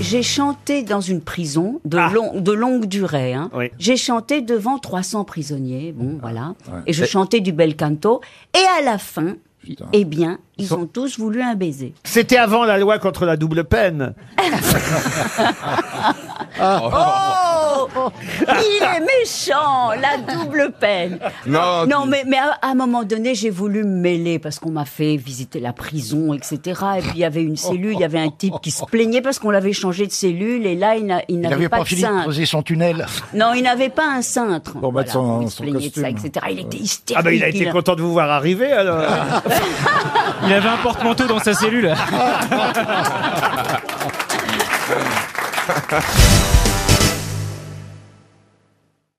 J'ai chanté dans une prison de, Ah. long- de longue durée. hein. Oui. J'ai chanté devant 300 prisonniers, bon voilà, ouais. et je Et- chantais du bel canto. Et à la fin, Putain. eh bien, ils sont- ont tous voulu un baiser. C'était avant la loi contre la double peine. Oh Il est méchant, la double peine. Non, non tu- mais, mais à, à un moment donné, j'ai voulu me mêler parce qu'on m'a fait visiter la prison, etc. Et puis il y avait une cellule, il y avait un type qui se plaignait parce qu'on l'avait changé de cellule et là, il n'a- il Il n'avait n'avait pas, pas, de fini de cintre. creuser son tunnel. Non, il n'avait pas un cintre. Pour mettre son- il se son plaignait de costume. bah, ça, etc. Il était hystérique. Ah ben il a été content de vous voir arriver alors. Il avait un porte-manteau dans sa cellule.